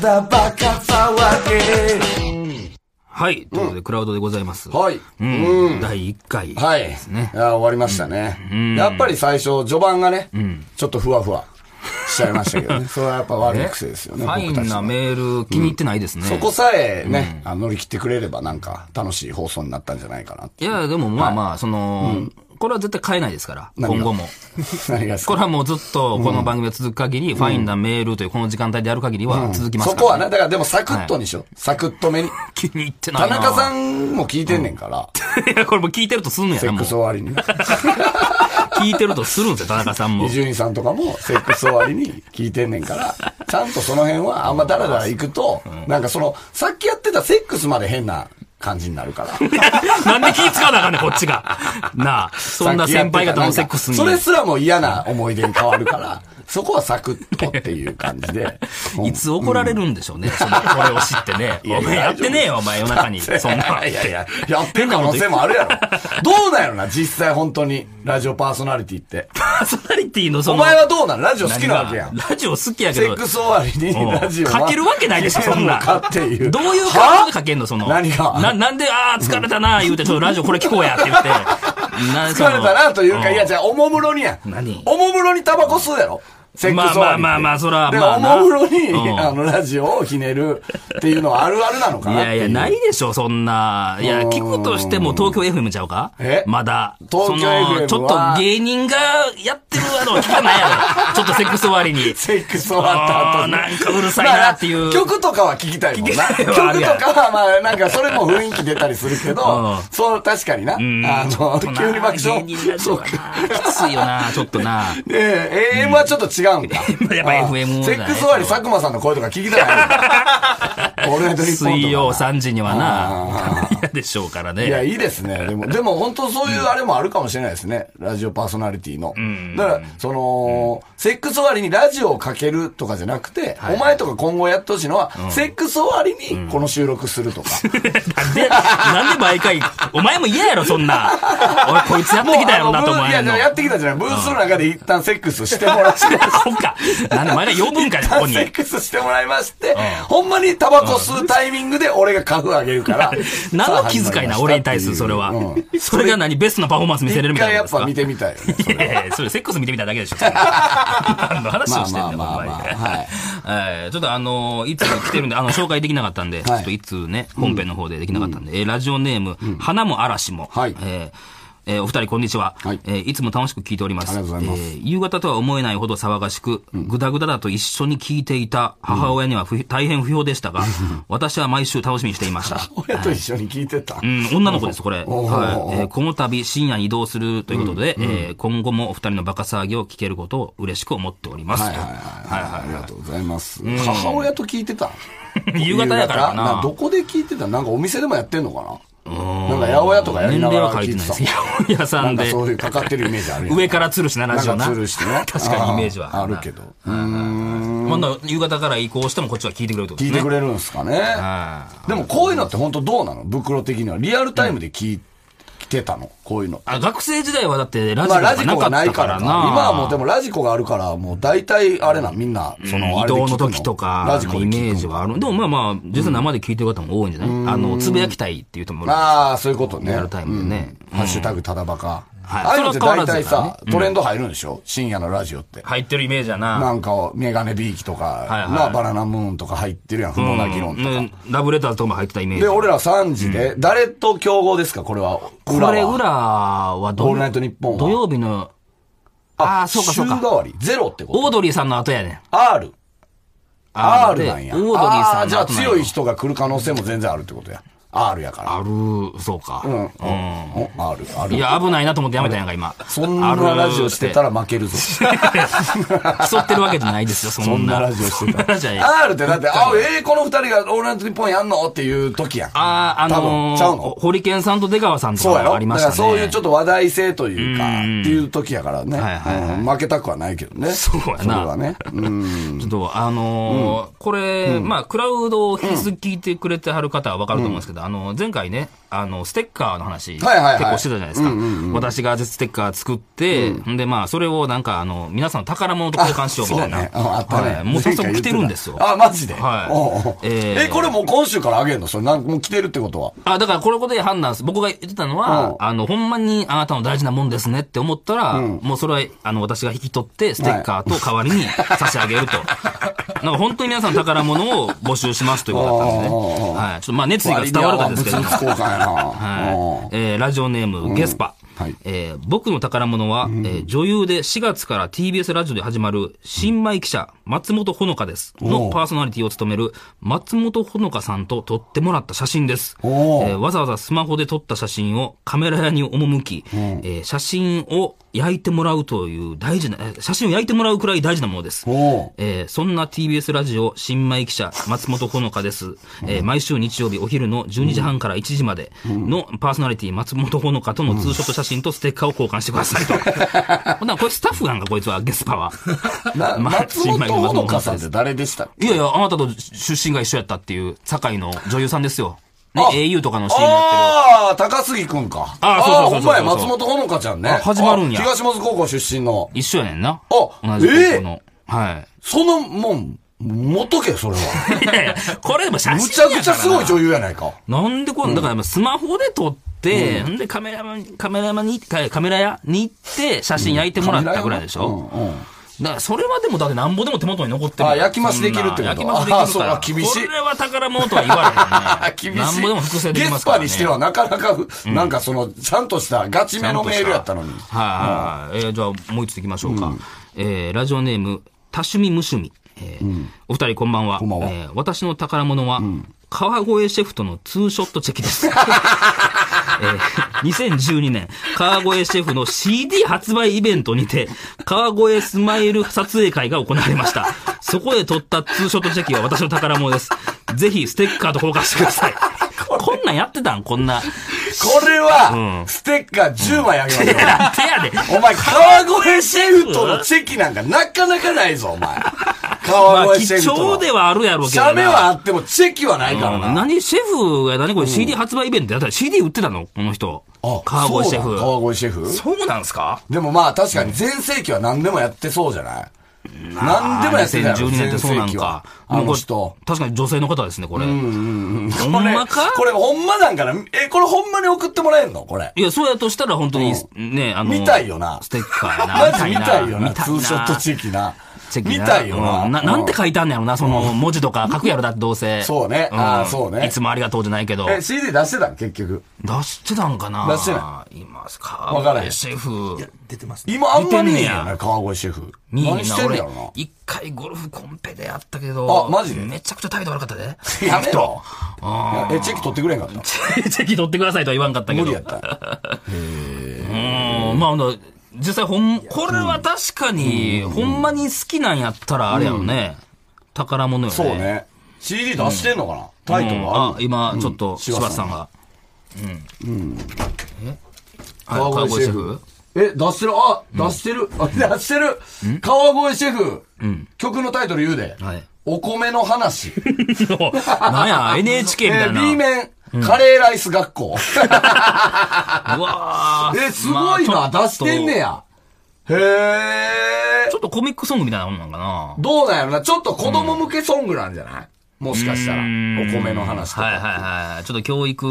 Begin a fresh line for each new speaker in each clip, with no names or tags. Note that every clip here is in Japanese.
だバカ騒げ
はい。ということで、クラウドでございます。
はい。
うん。第1回。
はい。
ですね
い。や終わりましたね。やっぱり最初、序盤がね、ちょっとふわふわしちゃいましたけど ね。それはやっぱ悪い癖ですよね。
ファイ
僕た
ン
ち
な
の。
メール気に入ってないですね。
そこさえね、あの乗り切ってくれればなんか楽しい放送になったんじゃないかなっ て。
いや、でもまあまあ、その、これは絶対変えないですから、
何
今
が
後も。
何がです
こ
か
れはもうずっとこの番組が続く限り、ファインなメールというこの時間帯でやる限りは続きます
そ
から。
こはね、だからでもサクッとにしよう。サクッとめに。
気に入ってな
田
いな。
中さんも聞いてんねん から、
ん。 いや、これもう聞いてるとするんや
セ
な、
ッ
も
ク
う
ス。終わりに。
聞いてるとするんですよ、田中さんも
伊。集院さんとかもセックス終わりに聞いてんねん から、ちゃんとその辺はあんまダラダラ行くと、なんかその、さっきやってたセックスまで変な感じになるから。
なんで気ぃ使わなあかんねん、こっちが。なあ、 そんな先輩方のセックスに。
それすらも嫌な思い出に変わるから、そこはサクッとっていう感じで。もう
いつ怒られるんでしょうね、そのこれを知ってね。
いや
お前やってねえよ、お前夜中に。そんな。
いやいや、やってん可能性もあ るやろ。どうなんやろな、実際本当に、ラジオパーソナリティ って。
パーソナリティのそ
お
の。
前はどうなんラジオ好
何
き
が
なわけやん。
ラジオ好きやけ
セ
ど。
ックス終わりにラジオは
かけるわけないでしょ、そんな。
かっていう。
どういう
は
感じでかけんの、その。
何が
な、なんで、ああ、疲れたな、言うて、ちょっとラジオこれ聞こうや、って言 って。疲
疲れたなというか、いや、
ゃ
じゃあ、おもむろにやん。
何
おもむろにタバコ吸うやろセックス終わりって
まあまあまあそら
で
まあな
おもむろに、
うん
あの、ラジオをひねるっていうのはあるあるなのか
い
なって
や
い
いうや、ないでしょ、そんな。いや、
うん
聞くとしても東京 FM ちゃうか
え
まだ。
東京 FM
その、ちょっ
は
と芸人がやってるあの、聞かないやろ。ちょっとセックス終わりに。
セックス終わった後
あー
に。
なんかうるさいなっていう
まあ曲とかは聞きたいもんな。
聞きたい
曲と
はあるやん
かは、まあ、なんか、それも雰囲気出たりするけど
うん、
そう、確かにな。あ
うん
の、
ちょっとな
急に爆笑
芸人ラ。ジ
そ
オ
う
は
か
な。きついよな、ちょっとな。
ねえ、AM はちょっと違うんだ。
やっぱ FM
あセックス終わり、佐久間さんの声とか聞きた ないもん。俺のドリッポンとかな
水曜3時には
あ
な、嫌でしょうから
いや、
ね。
いいですね。でも、でも本当そういうあれもあるかもしれないですね。ラジオパーソナリティの。だから、その、セックス終わりにラジオをかけるとかじゃなくて、お前とか今後やってほしいのは、セックス終わりにこの収録するとか。
なんで、なんで毎回、お前も嫌やろ、そんな。おい、こいつ やってきたやろな、
も
と
うあのブー
思
い
われ
や、
んの。
やってきたじゃない。ブースの中で一旦セックスしてもらって、
そうか。なんで、お前が呼ぶ んかい、ここに
セ。ックスしてもらいまして、ほんまにタバコ吸うタイミングで俺が株あげるから。
何の気遣いな、俺に対する、それは
うん。
それが何、ベストなパフォーマンス見せれ
一
るみた
回
い
や
な
っ
こと
ぱ見
ですか。
てみたいよ ね。
いやいや、それセックス見てみただけ でしょ。それ何の話をしてん
まあまあ
だよ、ほん
まあまあ
まに
はい
えーちょっとあのー、いつも来てるんで、あの、紹介できなかったんで、ちょっといつね、本編の方でできなかったんで、えーラジオネーム、花も嵐も、
はい
えーえーお二人こんにちは、
はい
えーいつも楽しく聞いております。
ありがとうございます
えー夕方とは思えないほど騒がしく、ぐだぐだだと一緒に聞いていた母親には不大変不評でしたが、私は毎週楽しみにしていました。
親と一緒に聞いてた。
うん、女の子です、これ。
おー
はい。えーこの度、深夜に移動するということで、えー今後もお二人のバカ騒ぎを聞けることを嬉しく思っております。
はいはいはいはい。ありがとうございます。母親と聞いてた。
夕方やからかな
夕方どこで聞いてたなんかお店でもやってんのかななんか八百屋とかやり
年
な
齢
が
は
ら
書
聞
いて
い
な
て
いで
た
す。八百屋さ
なん
ん
か
で、
そういうかかってるイメージあるやん
上から吊るしな、ラジオ
な
な。
んか吊るしてね
確かにイメージは。
あるけど。
まだ夕方から移行してもこっちは聞いてくれるってこと
聞
で
い
すね。
てくれるんすかね。でもこういうのって本当どうなの袋的には。リアルタイムで聞いてたのこういうの。
あ、学生時代はだってラジ
ま
コ
あ
が
ラジコ
なか
がな
っ
い
たか
から
らな。
な。今はもうでもラジコがあるから、もう大体あれな、みんな、その、あ
移
れで聞
動
く
の時とか、
ラジコ
イ
で聞く
メージはある。でもまあまあ、実際生で聞いてる方も多いんじゃないあの、つぶやきたいっていう人もいる。
ああ、そういうことね。
リアルタイムでね
うんハッシュタグただバカ。
はい
ああいうのって
それは変わ
大
ら
体
ずだからね
さ、トレンド入るんでしょ深夜のラジオって。
入ってるイメージやな。
なんか、メガネビーキとか、
はいはい
なバナナムーンとか入ってるやん、不毛な議論とか。
うんラブレターズとかも入ってたイメージ。
で、俺ら3時で、誰と競合ですかこれは。
こ
裏は
れ、裏はど
オールナイトニッポンは
土曜日の、ああー、そうかそう
週替
か。
わり。ゼロってこ
オー
と
ドリーさんの後やねん。
?R。
あー
R なんや。
オードリー
あ
さ
ー
ん
じ
の後なんや
ゃあ強い人が来る可能性も全然あるってことや。R やから。
ある、そうか。
うん。お R、R。
いや、危ないなと思ってやめたんやんか、今。
そんなラジオしてたら負けるぞ。
ある。競ってるわけじゃないですよ、そんな。
そんなラジオしてた
そんなラジオや
R ってだって、あ、えー、この二人がオールナイトニッポンやんのっていう時やん。
あー、あの
多分ちゃう
ー、
の
ホリケンさんと出川さんと
そうや
か
ろ
ありま
だ
し
か
た
ら
ね。
そういうちょっと話題性というか、っていう時やからね、
はいはいはい
うん負けたくはないけどね。そう
やな
それはね。うん。
ちょっと、あのーこれ、まあ、クラウドを引き続き聞いてくれてはる方はわかると思うんですけど、あのー前回ね、あの、ステッカーの話、
はいはいはい
結構してたじゃないですか。私がステッカー作って、ん、で、まあ、それをなんか、あの、皆さんの宝物と交換しようみたいな。
あそうだねうんあったね
はいもう早速来てるんですよ。
あ、マジで。
はい
おうおう
えー
え、これもう今週からあげるのそれ、なんもう来てるってことは。
あ、だからこれことで判断す。僕が言ってたの
う
は、
ん
あの、ほんまにあなたの大事なもんですねって思ったら、もうそれは、あの、私が引き取って、ステッカーと代わりに差し上げる と。なんか本当に皆さん宝物を募集しますということだったんですね。
おー
はい。ちょっとまあ熱意が伝わるかですけど。
割に合わん物々交換やな。
はい
おう
えーラジオネーム、ゲスパ。
はい
えー僕の宝物は、えー女優で4月から TBS ラジオで始まる新米記者、松本穂香です。
お
の
う
パーソナリティを務める松本穂香さんと撮ってもらった写真です。え
おう
ーわざわざスマホで撮った写真をカメラ屋に赴き、えー写真を焼いてもらうという大事な、えー写真を焼いてもらうくらい大事なものです。
おう
えーそんな TBS ラジオ新米記者、松本穂香です。えー毎週日曜日お昼の12時半から1時までのパーソナリティ、松本穂香とのツーショット写真とステッカーを交換してくださいと。 ほんならこれスタッフなんか、こいつは、ゲスパは。
な
まあ
松本ほのかさんっ
新
て誰でしたっけ
いやいや、あなたと出身が一緒やったっていう、堺の女優さんですよ。ね
あ、
au とかの CM やってる。
ああ、高杉くんか。
あーそうそうそうそう
あーほんまや、松本ほのかちゃんね。
あ始まるんや
あ東松高校出身の。
一緒やねんな。
あ
同じ高校の。はい。
そのもん、持っとけ、それは。
いやいや、これでも写真
むちゃ
やからな
くちゃすごい女優やないか。
なんでこんだからスマホで撮って、ん、でカメラマン、カメラマンに、かカメラ屋に行って写真焼いてもらったぐらいでしょ、
うんうん
だからそれはでもだってなんぼでも手元に残ってる
あ焼き増しできるってこと
そんな焼き増しできるから
あそれは厳しい
これは宝物とは言われへん
厳
ねなん
しい。
ぼでも複製できます
ゲス
から、
パ
ね、
にしてはなかなかふ、なんかその、ちゃんとしたガチめのメールやったのに。
はい、えーじゃあ、もう一ついきましょうか。えーラジオネーム、多趣味無趣味。えーお二人こんばんは。
んばんは
えー私の宝物は、川越シェフとのツーショットチェ キです。えー2012年、川越シェフの CD 発売イベントにて、川越スマイル撮影会が行われました。そこで撮ったツーショットチェキは私の宝物です。ぜひ、ステッカーと交換してくだ さい。こんなんやってたんこんな。
これは、ステッカー10枚あげますよ。
なんてやで。
お前、川越シェフとのチェキなんかなかなかないぞ、 お前。
ま
川
あ、
越シ
貴
ェフとの。
重ではあるやろうけど
シ
な。
ャメはあってもチェキはないから
うん
な。
何シェフが何これ CD 発売イベントやったら CD 売ってたのこの人。川越シェ
そう
フ。
だ川越シェフ
そうなんすか
でもまあ確かに全盛期は何でもやってそうじゃない何でもやってたよ、
2012年ってそうな
全盛
ん
期は
か。
あ
もうこ
の
れ
人。
確かに女性の方ですね、これ。ほん
これ
まか、
これほんまなんかなえ、これほんまに送ってもらえんのこれ。
いや、そうやとしたら本当に、ね、あの。
見たいよな
ステッカーやな。
マジ見たいよな、
見
ツ
たい
ーショットチェキな。
チェキ
見
な
たいよな。
うんな。なんて書いてあんのやろな、その文字とか書くやろだってどうせ。
そうね
ん
あーそうね
いつもありがとうじゃないけど。
え、CD 出してたん結局。
出してたんかな
出して
ない。ますか
わからへん
シェフ。
出てますね。
今あんまり
見てん
ね
ね
え
や
よね、川越シェフ。
に
何してんの
俺
やろ、
一回ゴルフコンペでやったけど、
あマジで
めちゃくちゃ態度悪かったで。
な。 やめろ。
あ
え、チェキ取ってくれんかった
ーチェキ取ってくださいとは言わんかったけど。
無理やった。
うん、まあ、あの実際ほん、これは確かに、ほんまに好きなんやったらあれやろね。宝物よね。
そう。ね。CD 出してんのかなタイトルはあ
あ
る、
今、ちょっと、柴田さんが。うん。うん。えはい川越シェフ
え、出してる、あ、出してる、あ 出してる、川越シェフ、曲のタイトル言うで、
はい
お米の 話、
な んや、NHK
え
みたい
ー、
な。
B 面、カレーライス学 校。
うわー
え、すごい
ま
な、
あちょっ
出
と
してんねや。へえ
ちょ。っとコミックソングみたいなもんなんかな。
どうなんやろな、ちょっと子供向けソングなんじゃない、もしかしたら、お米の話と
はい
か。
はいはい。ちょっと教育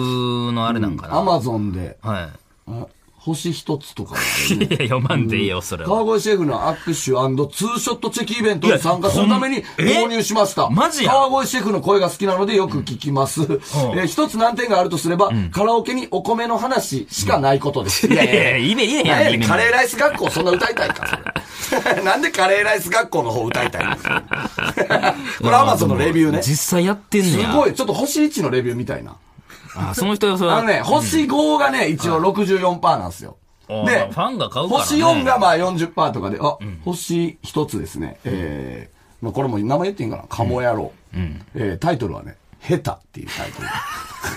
のあれなんかな。
アマゾンで、
は
あ星一つとか、
い。いや、読まんでいいよ、それは。
川越シェフの握手ツーショットチェキイベントに参加するため
い
に
やほんえ
購入しました。
マジや
川越シェフの声が好きなのでよく聞きます。 えー一つ難点があるとすれば、カラオケにお米の話しかないことです。い
いやいや、いいね、いいね、い
な
い
んや
ね
ね
いい
ん
ね。
カレーライス学校そんな歌いたいか、それ。 なんでカレーライス学校の方歌いた いのこれアマゾンのレビューね。す
実際やってんねや。
ごい、ちょっと星1のレビューみたいな。
あ、その人はそれは。
あのね、星5がね、一応64%なんですよ。
あーまあファンが買うからね
星4がまあ40%とかで、あ、星1つですね。えー、まあこれも名前言っていいんかな、カモ野郎。えータイトルはね、下手っていうタイ トル。
い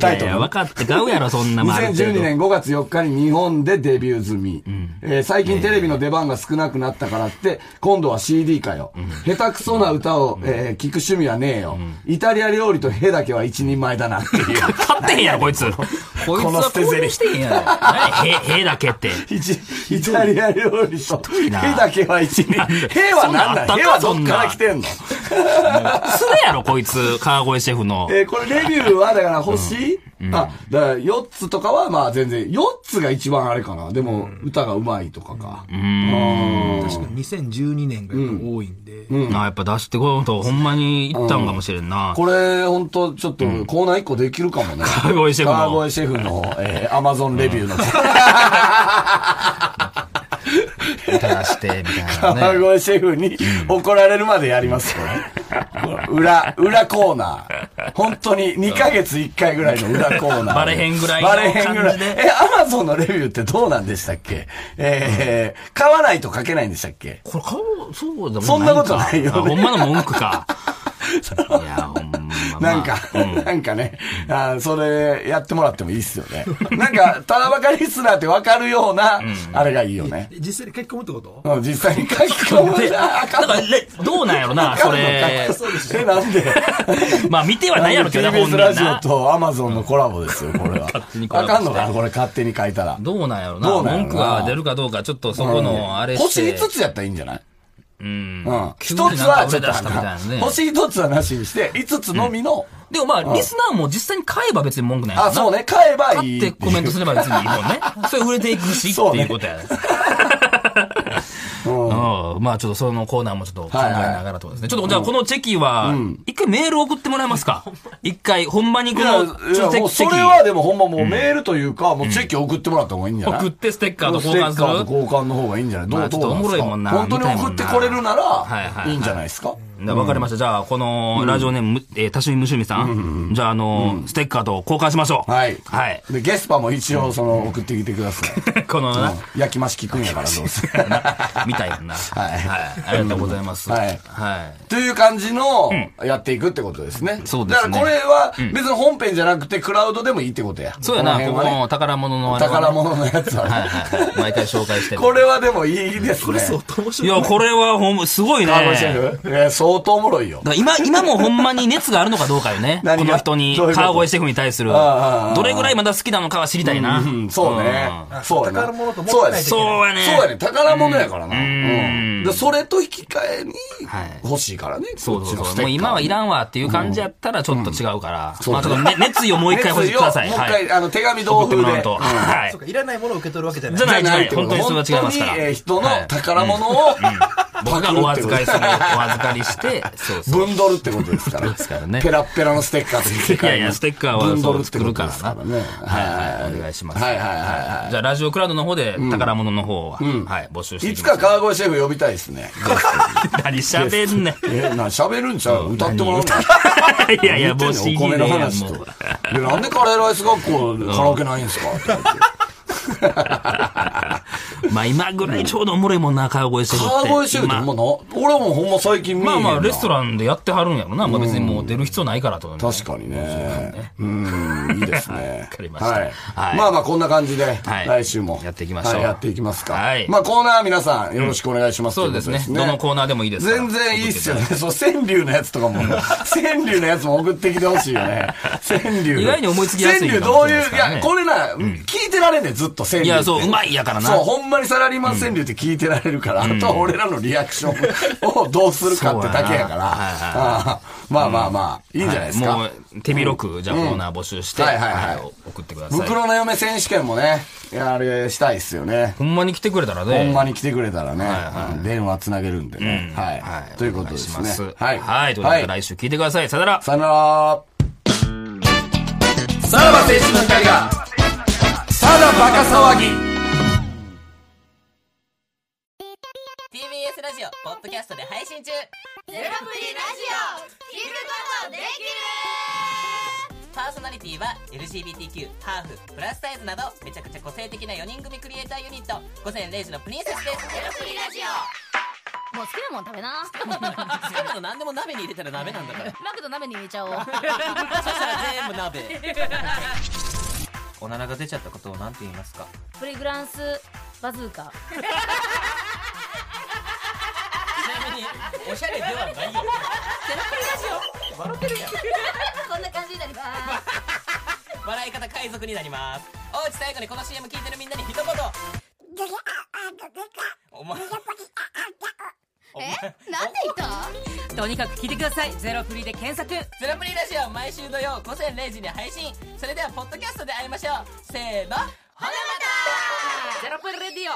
タ
や
イ
い
トル
や、
ね
分かって買うやろ、そんなもんある程度
2012年5月4日に日本でデビュー済み、えー最近テレビの出番が少なくなったからって今度は CD かよ、下手くそな歌を、えー聞く趣味はねえよ、イタリア料理とヘだけは一人前だなっていう
買ってへんやろ、こいつ。こいつ
この
は
捨てゼリ
してへんやろ。何やへ、へだけって。
一イタリア料理とヘ
な
だけは一人前ヘはなんだ
そんなんあったか
ヘはどっから
そ
来
ん
てんの
すねやろ、こいつ。川越シェフの。
えーこれレビューはだから星、あ、だから4つとかはまあ全然、4つが一番あれかな。でも歌がうまいとかか。うん
確かに2012年がやっぱ多いんで、
なあ、やっぱ出してこうと、ほんまに行ったんかもしれんな。
これ、本当ちょっと、コーナー一個できるかもね。
川越シェフの
川越シェフの、えー、アマゾンレビューの。
出して、みたいなね。
川越シェフに怒られるまでやります、これ。裏、裏コーナー。本当に2ヶ月1回ぐらいの裏コーナー。
バレへんぐらいの
バレへんぐらい
感じで。
え、アマゾンのレビューってどうなんでしたっけえー、買わないと書けないんでしたっけ
これ顔、そうだもん
そんなことないよね
あほんまの文句か。いや、ほんま。まあ
なんか、なんかね、あーそれやってもらってもいいっすよね。なんか、ただばかリスナーってわかるような、あれがいいよね。
実際に書き込むってこと
うん、実際に書き込む
で
なあ
だ
かん
から
の。
れどうなんやろな、それ。
え、なんで
まあ見てはないやろけどな、
TBS
本人
ラジオ
な。
と Amazon のコラボですよ、これは。
手にコラ
あ
ボして
かんのかなこれ勝手に書いたら。
どうなんやろ
どうな
な。
んやろな
文句が出るかどうか、ちょっとそこの、あれし
星
て。
5つやったらいいんじゃない
うん
うん。一
急
つ
にな
は
んか
ちょ
俺
っ
出
と
したみたいなね。
星一つはなしにして、5つのみの、
でもまあ、リスナーも実際に買えば別に文句ないもんな
あ、そうね、買えば
買
いい
ってコメントすれば別にいいもん ね。それ売れていくしって
そうね
いうことや ね。うん、まあちょっとそのコーナーもちょっと考えながらってことですね。ちょっとじゃあこのチェキは、一回メール送ってもらえますか一回、ほんまにこ
いや
の
い
ちょ
や
っとチ
も
ェ
うそ
キ
れはでもほんまもうメールというか、もうチェキ送ってもらった方がいいんじゃない
送ってステッカーと交換
ス
す
テッカーと
る
交換の方がいいんじゃないど
まあ
う
ちょ
ど
っと
うなんです
おもろいもんな
か本当
見たい
に
もんな
送ってこれるな
はいは
ら、
い
いいんじゃないですか
なわかりました。じゃあ、この、ラジオネーム、えー、多趣味むしゅみさん。じゃあ、あの、ステッカーと交換しましょう。
はい。
はい。
で、ゲスパも一応その送ってきてください。
このな、
うん焼き増し聞くんやからどうせ。
みたいな。はいい。ありがとうございます。
はい
はい。
という感じの、やっていくってことですね。
そうです
だ
ね
からこれは、別に本編じゃなくて、クラウドでもいいってことや。
そうや
こ
な、こ
の
こ
辺はね。
の宝物のあれはね
宝物のやつはね。
はいはいはい。毎回紹介してる。
これはでもいいですね。
相当面
い
白い。
や、これはほんま、すごいね。
川越シェフ、えー相当おもろいよ。
だから今、今もほんまに熱があるのかどうかよね。こ
何が
の人に、
どういうこと
川越シェフに対する。
ああ
どれぐらいまだ好きなのかは知りたいな。
うん、そうね。そうやな。
宝物と思
そ
っ
うや
て
ね。
ないといけない
そうやね。
そうやね。宝物やからな。うんん。でそれと引き換えに
はい、
欲しいからね。
そうそ
こっ
う
ちの
そ
ス
う。
テッカ
もう
ー
今はいらんわっていう感じやったらちょっと違うから。
ん
まあちょっとね熱意をもう一回欲しいください。
もう一
はい。
回、あの、手紙
送
同
って
封
もら
で
う。と。はい
そう。かいらないものを受け取るわけじゃない
じゃない
じゃないってこと
本当にそれは違いますから
本当にえー人の
はい
宝物を、
僕がお預かりする、お預かりして、そうそう。
分ドルってことですから。
すからね
ペラッペラのステッカーと引き換えに
いやいやステッカーは
分ドルってことですから
作
ね。
はいはい、お願いします。
はいはいはいは
じゃあ、ラジオクラウドの方で宝物の方は、はい、募集し
い。
て
い
い
つ
き
か
ます。
川越シェフ呼びたいですね。
何喋んねん。
え、な、喋るんちゃう歌ってもらうの
いやいや、も
言
う
ってんねんお米の話と。で、なんでカレーライス学校でカラオケないん ですかって言って
まあ今ぐらいちょうどおもろいもんな、川越シェフって。
川越シェフって
今
ほんまな、俺もほんま最近見え
ま
へ
あ
ん
ま
な
あ、レストランでやってはるんやろな。まあ別にもう出る必要ないからと。
確かにね。うん、いいですね。
わかりました
はい
はい
まあまあ、こんな感じで、
はい
来週も。
やっていきましょう
はいやっていきますか。
はい
まあ、コーナー皆さん、よろしくお願いします。
そうですね。どのコーナーでもいいですから。
全然いいっすよね。そう、川柳のやつと かも、川柳のやつも送ってきてほしいよね。川柳。
意外に思いつきやすい
川柳
かも
ど
し
う
れない
い
です
う、い
からね
や、これな、聞いてられんねんずっと川柳って。
いや、そう、うまいやからな。
そう、ほんまにサラリーマン川柳って聞いてられるから、あとは俺らのリアクションをどうするかってだけやから、あーまあまあまあ、いいんじゃないですか。
はいもう手広く、じゃあコーナー募集して、
はいはいはい
はい送ってください。
袋の嫁選手権もね、いやあれしたいっすよね。
ほんまに来てくれたら
ほん
ね。
まに来てくれたらね、うん電話つなげるんでね。はい、
はい。
ということです
お願い
ね
しま。
はい。
はい。ということで、
はい
来週聞いてください。さよなら。
さよなら。
さらば青春の光が、
ただバカ騒ぎ
TBS ラジオポッドキャストで配信中
ゼロプリラジオ聞くことでき
パーソナリティは LGBTQ ハーフプラスサイズなどめちゃくちゃ個性的な4人組クリエイターユニット午前0時のプリンセスです
るゼロプリラジオもう好きなもん食べ な。
好きなの何でも鍋に入れたら鍋なんだから。
マクド鍋に入れ ちゃおう。
そしたら全部鍋。おならが出ちゃったことを何て言いますか
プリグランスバズー カ。
ちなみに、おしゃれではないよ。
こんな感じになります。
笑い方海賊になります。おうち最後にこの CM 聞いてるみんなに一言。お前、お前
えなんで言った
とにかく聞いてくださいゼロフリーで検索
ゼロプリラジオ毎週土曜午前0時に配信。それでは、ポッドキャストで会いましょう。せーの、ほなまた
ゼロプリレディオ